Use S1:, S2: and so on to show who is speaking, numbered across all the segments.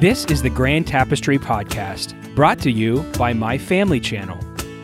S1: This is the Grand Tapestry Podcast, brought to you by My Family Channel.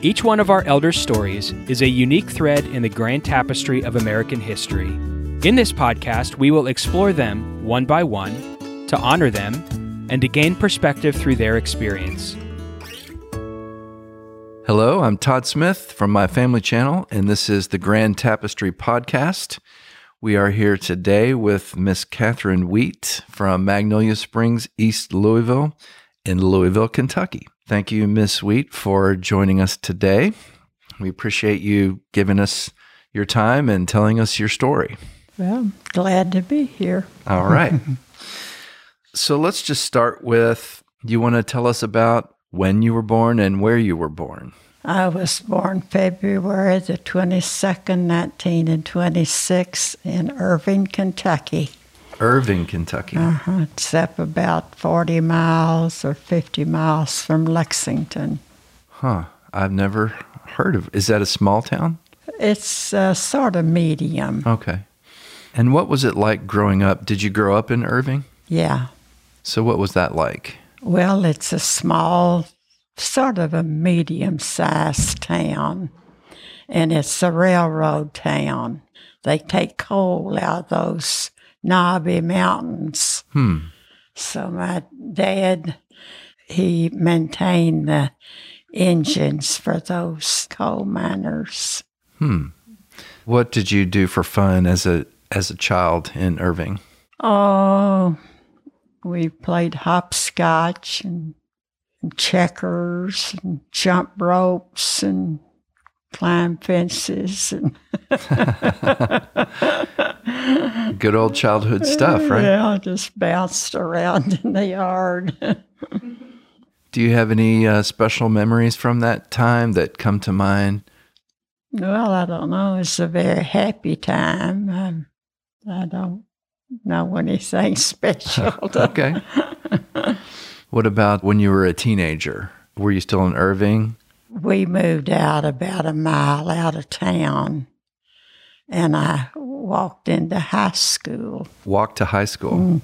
S1: Each one of our elders' stories is a unique thread in the grand tapestry of American history. In this podcast, we will explore them one by one, to honor them, and to gain perspective through their experience.
S2: Hello, I'm Todd Smith from my family channel, and this is the Grand Tapestry Podcast. We are here today with Miss Catherine Wheat from Magnolia Springs, East Louisville, in Louisville, Kentucky. Thank you, Miss Wheat, for joining us today. We appreciate you giving us your time and telling us your story.
S3: Well, glad to be here.
S2: All right. so let's just start with you want to tell us about when you were born and where you were born?
S3: I was born February the 22nd, 1926, in Irving, Kentucky.
S2: Irving, Kentucky.
S3: Uh-huh. It's up about 40 miles or 50 miles from Lexington.
S2: Huh. I've never heard of. Is that a small town?
S3: It's uh, sort of medium.
S2: Okay. And what was it like growing up? Did you grow up in Irving?
S3: Yeah.
S2: So what was that like?
S3: Well, it's a small, sort of a medium sized town, and it's a railroad town. They take coal out of those knobby mountains.
S2: Hmm.
S3: So my dad, he maintained the engines for those coal miners.
S2: Hmm. What did you do for fun as a as a child in Irving?
S3: Oh, we played hopscotch and, and checkers and jump ropes and climb fences and
S2: Good old childhood stuff, right?
S3: yeah, just bounced around in the yard.
S2: Do you have any uh, special memories from that time that come to mind?
S3: well, I don't know. It's a very happy time. Um, I don't know anything special.
S2: Okay. what about when you were a teenager? Were you still in Irving?
S3: we moved out about a mile out of town, and I walked into high school.
S2: Walked to high school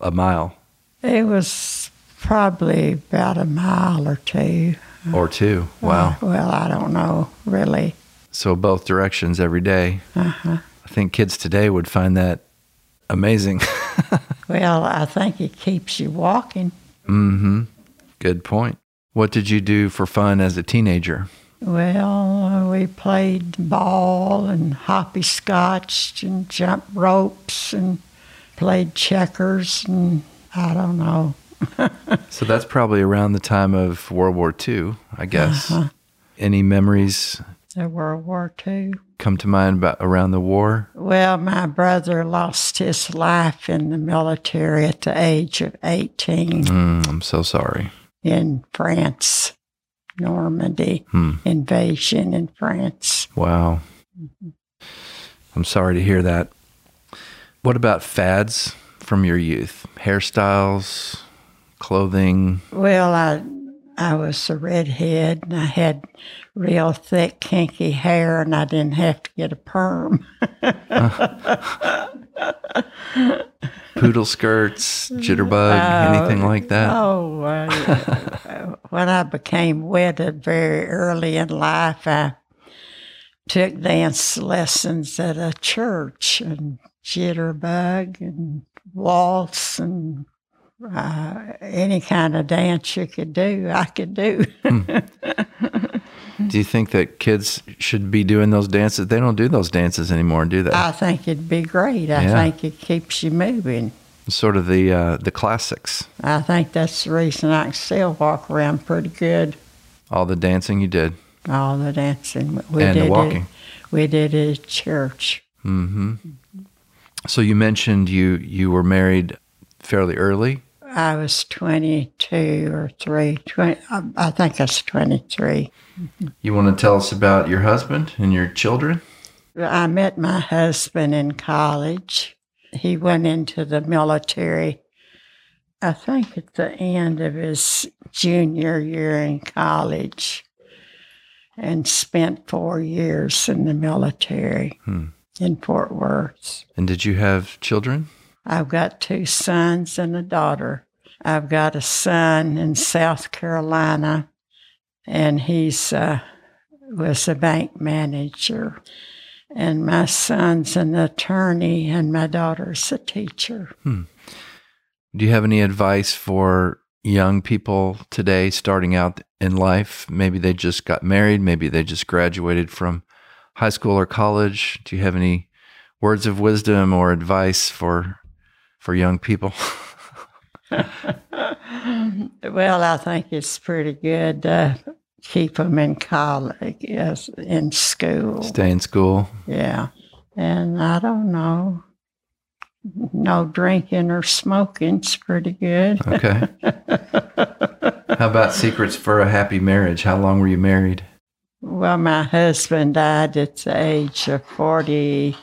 S2: a mile
S3: It was probably about a mile or two. Uh,
S2: or two. Wow.
S3: Well, I don't know really. Uh-huh.
S2: So both directions every day. I think kids today would find that amazing.
S3: Well, I think it keeps you walking.
S2: Mm-hmm. Good point. What did you do for fun as a teenager?
S3: Well, we played ball and hoppy scotch and jump ropes and played checkers and I don't know.
S2: So that's probably around the time of World War II, I guess. Any memories
S3: The World War II.
S2: come to mind about around the war?
S3: Well, my brother lost his life in the military at the age of 18
S2: Mm, I'm so sorry.
S3: in France, Normandy
S2: Hmm.
S3: invasion in France.
S2: Wow. I'm sorry to hear that. What about fads from your youth? Hairstyles, clothing?
S3: Well, I I was a redhead and I had real thick kinky hair and I didn't have to get a perm.
S2: poodle skirts, jitterbug, anything like that.
S3: Oh, uh, when I became wedded very early in life, I took dance lessons at a church and jitterbug and waltz and uh, any kind of dance you could do, I could do.
S2: Do you think that kids should be doing those dances? They don't do those dances anymore, do they?
S3: I think it'd be great. I
S2: Yeah.
S3: think it keeps you moving.
S2: sort of the uh, the classics,
S3: I think that's the reason I can still walk around pretty good.
S2: all the dancing you did.
S3: All the dancing we
S2: And the
S3: did it-
S2: walking.
S3: we did it at church.
S2: Mm-hmm. So you mentioned you you were married fairly early.
S3: I was 22 or 3, 20, I I think I was 23.
S2: You want to tell us about your husband and your children?
S3: I met my husband in college. He went into the military, I think at the end of his junior year in college, and spent four years in the military in Fort Worth.
S2: And did you have children?
S3: I've got two sons and a daughter. I've got a son in South Carolina, and he's uh, was a bank manager. And my son's an attorney, and my daughter's a teacher.
S2: Do you have any advice for young people today starting out in life? Maybe they just got married, maybe they just graduated from high school or college. Do you have any words of wisdom or advice for for young people?
S3: well, I think it's pretty good to keep them in college, yes, in school.
S2: Stay in school.
S3: Yeah. And I don't know. No drinking or smoking's pretty good.
S2: Okay. How about secrets for a happy marriage? How long were you married?
S3: Well, my husband died at the age of 40.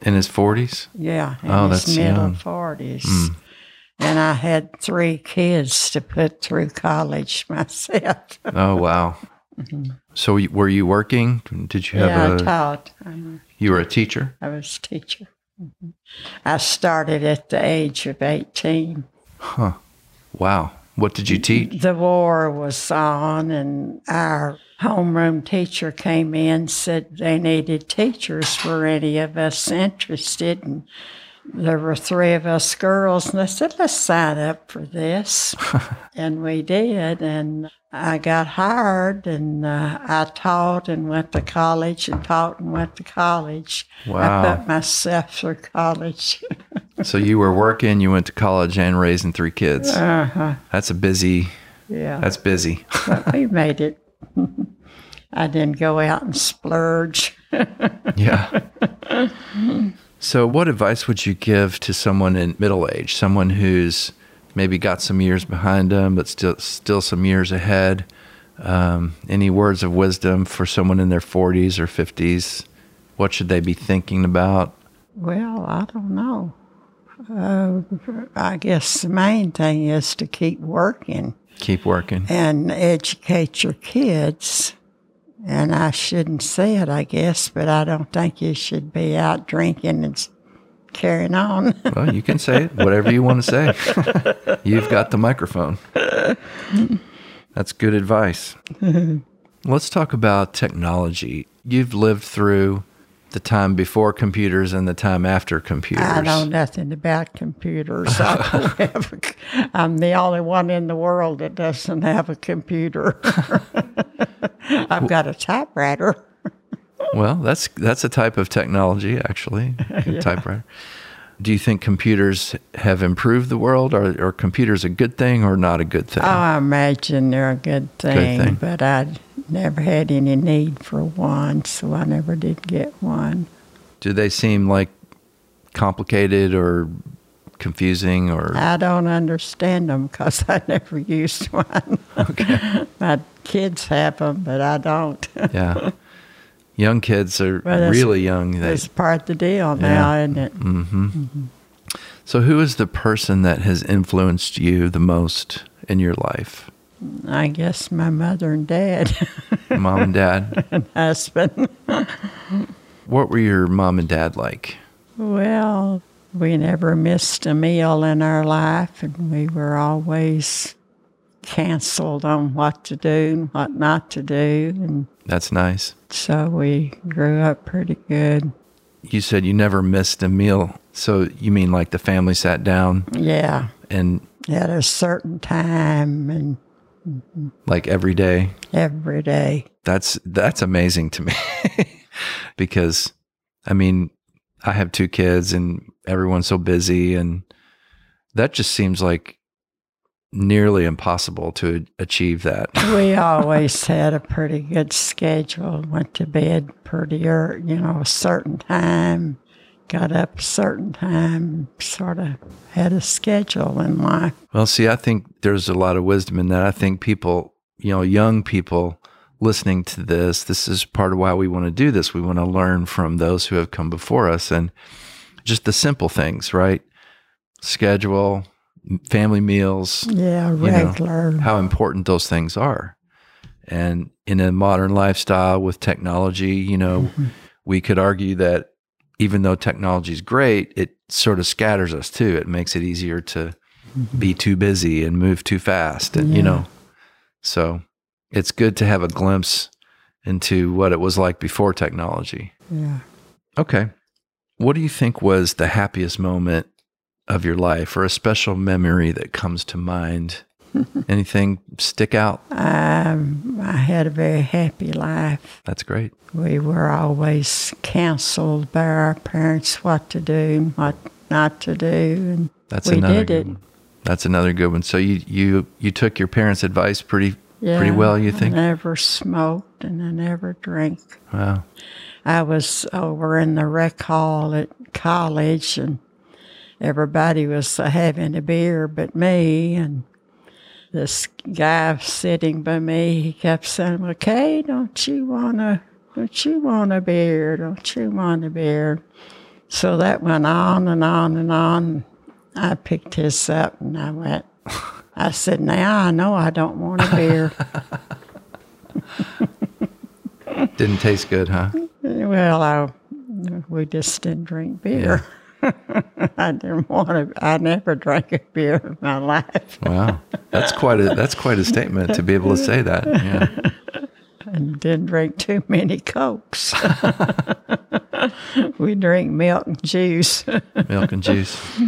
S2: In his 40s?
S3: Yeah, in
S2: Oh,
S3: his
S2: that's
S3: middle
S2: young.
S3: 40s.
S2: Mm.
S3: And I had three kids to put through college myself.
S2: Oh, wow. So you- were you working? Did you have
S3: yeah, I
S2: a
S3: taught. Um,
S2: you were a teacher?
S3: I was a teacher. Mhm. I started at the age of 18.
S2: Wow. What did you teach?
S3: The war was on, and our homeroom teacher came in said they needed teachers. Were any of us interested? And there were three of us girls, and I said, let's sign up for this. and we did. And I got hired, and uh, I taught and went to college and taught and went to college. I
S2: Wow.
S3: put myself through college.
S2: So you were working, you went to college and raising three kids.
S3: Uh-huh.
S2: That's a busy
S3: Yeah.
S2: that's busy.
S3: but we made it. I didn't go out and splurge.
S2: Yeah. So, what advice would you give to someone in middle age, someone who's maybe got some years behind them, but still still some years ahead? Um, any words of wisdom for someone in their forties or fifties? What should they be thinking about?
S3: Well, I don't know. Uh, I guess the main thing is to keep working
S2: Keep working.
S3: and educate your kids. And I shouldn't say it, I guess, but I don't think you should be out drinking and s- carrying on.
S2: Well, you can say it, whatever you want to say. You've got the microphone. That's good advice. Let's talk about technology. You've lived through the time before computers and the time after computers.
S3: I know nothing about computers. I don't have a c- I'm the only one in the world that doesn't have a computer. I've got a typewriter.
S2: Well, that's that's a type of technology, actually, a typewriter. Do you think computers have improved the world? Are, are computers a good thing or not a good thing?
S3: Oh, I imagine they're a good thing,
S2: thing.
S3: but I never had any need for one, so I never did get one.
S2: Do they seem like complicated or confusing or
S3: I don't understand them because I never used one. My kids have them, but I don't.
S2: yeah. Young kids are
S3: Well, that's-
S2: really young. They,
S3: That's part of the deal now, isn't it?
S2: so, who is the person that has influenced you the most in your life?
S3: I guess my mother and dad.
S2: Mom and dad.
S3: husband.
S2: What were your mom and dad like?
S3: Well, we never missed a meal in our life, and we were always counseled on what to do and what not to do. And
S2: That's nice.
S3: so we grew up pretty good.
S2: You said you never missed a meal. So, you mean like the family sat down
S3: Yeah,
S2: and
S3: at a certain time and
S2: like every day?
S3: every day.
S2: That's that's amazing to me. because I mean, I have two kids and everyone's so busy and that just seems like nearly impossible to achieve that.
S3: We always had a pretty good schedule, went to bed pretty early, you know, a certain time, got up a certain time, sort of had a schedule in life.
S2: Well, see, I think there's a lot of wisdom in that. I think people, you know, young people listening to this, this is part of why we want to do this. We want to learn from those who have come before us and just the simple things, right? Schedule, m- family meals,
S3: Yeah,
S2: know.
S3: regular.
S2: how important those things are. And in a modern lifestyle with technology, you know, we could argue that even though technology is great, it sort of scatters us too. It makes it easier to be too busy and move too fast and you
S3: Yeah.
S2: know so it's good to have a glimpse into what it was like before technology
S3: Yeah.
S2: okay what do you think was the happiest moment of your life or a special memory that comes to mind anything stick out
S3: Um, I had a very happy life.
S2: that's great
S3: We were always counseled by our parents what to do and what not to do. And
S2: that's
S3: we
S2: another
S3: did
S2: good
S3: it.
S2: one that's another good one so you you you took your parents advice pretty pretty
S3: Yeah,
S2: well you think
S3: I never smoked and I never drank.
S2: wow
S3: I was over in the rec hall at college and everybody was having a beer but me and this guy sitting by me he kept saying well kay don't you want to don't you want a beer don't you want a beer so that went on and on and on i picked his up and i went i said now i know i don't want a beer
S2: didn't taste good huh
S3: Well, I, we just didn't drink beer. I didn't want to. I never drank a beer in my life.
S2: Wow, that's quite a that's quite a statement to be able to say that. Yeah,
S3: and didn't drink too many cokes. we drink milk and juice.
S2: milk and juice.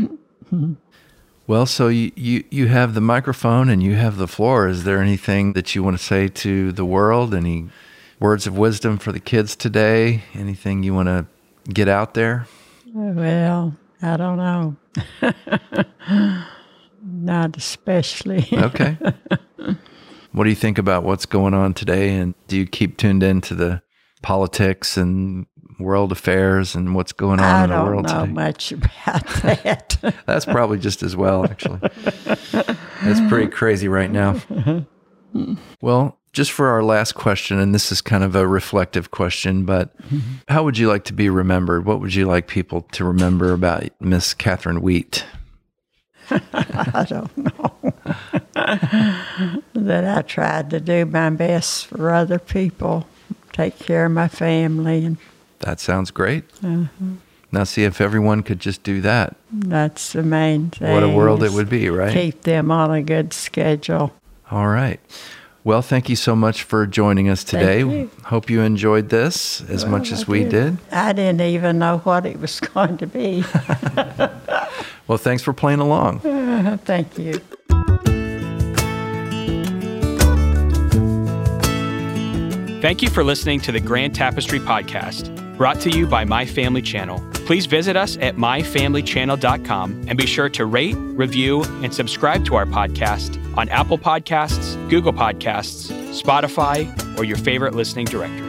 S2: Well, so you, you you have the microphone and you have the floor. Is there anything that you want to say to the world? Any words of wisdom for the kids today? Anything you want to get out there?
S3: well, I don't know. Not especially.
S2: Okay. what do you think about what's going on today? And do you keep tuned into the politics and world affairs and what's going on
S3: I
S2: in the
S3: don't
S2: world
S3: know
S2: today?
S3: much about that.
S2: That's probably just as well, actually. That's pretty crazy right now. Well, just for our last question, and this is kind of a reflective question, but how would you like to be remembered? What would you like people to remember about Miss Catherine Wheat?
S3: I don't know. that I tried to do my best for other people, take care of my family, and
S2: That sounds great.
S3: Mm-hmm.
S2: Now, see if everyone could just do that.
S3: that's the main thing.
S2: What a world it
S3: is
S2: would be, right?
S3: Keep them on a good schedule.
S2: All right. Well, thank you so much for joining us today.
S3: you.
S2: Hope you enjoyed this as much as we did.
S3: I didn't even know what it was going to be.
S2: Well, thanks for playing along.
S3: Thank you.
S1: Thank you for listening to the Grand Tapestry Podcast, brought to you by My Family Channel. Please visit us at myfamilychannel.com and be sure to rate, review, and subscribe to our podcast on Apple Podcasts, Google Podcasts, Spotify, or your favorite listening directory.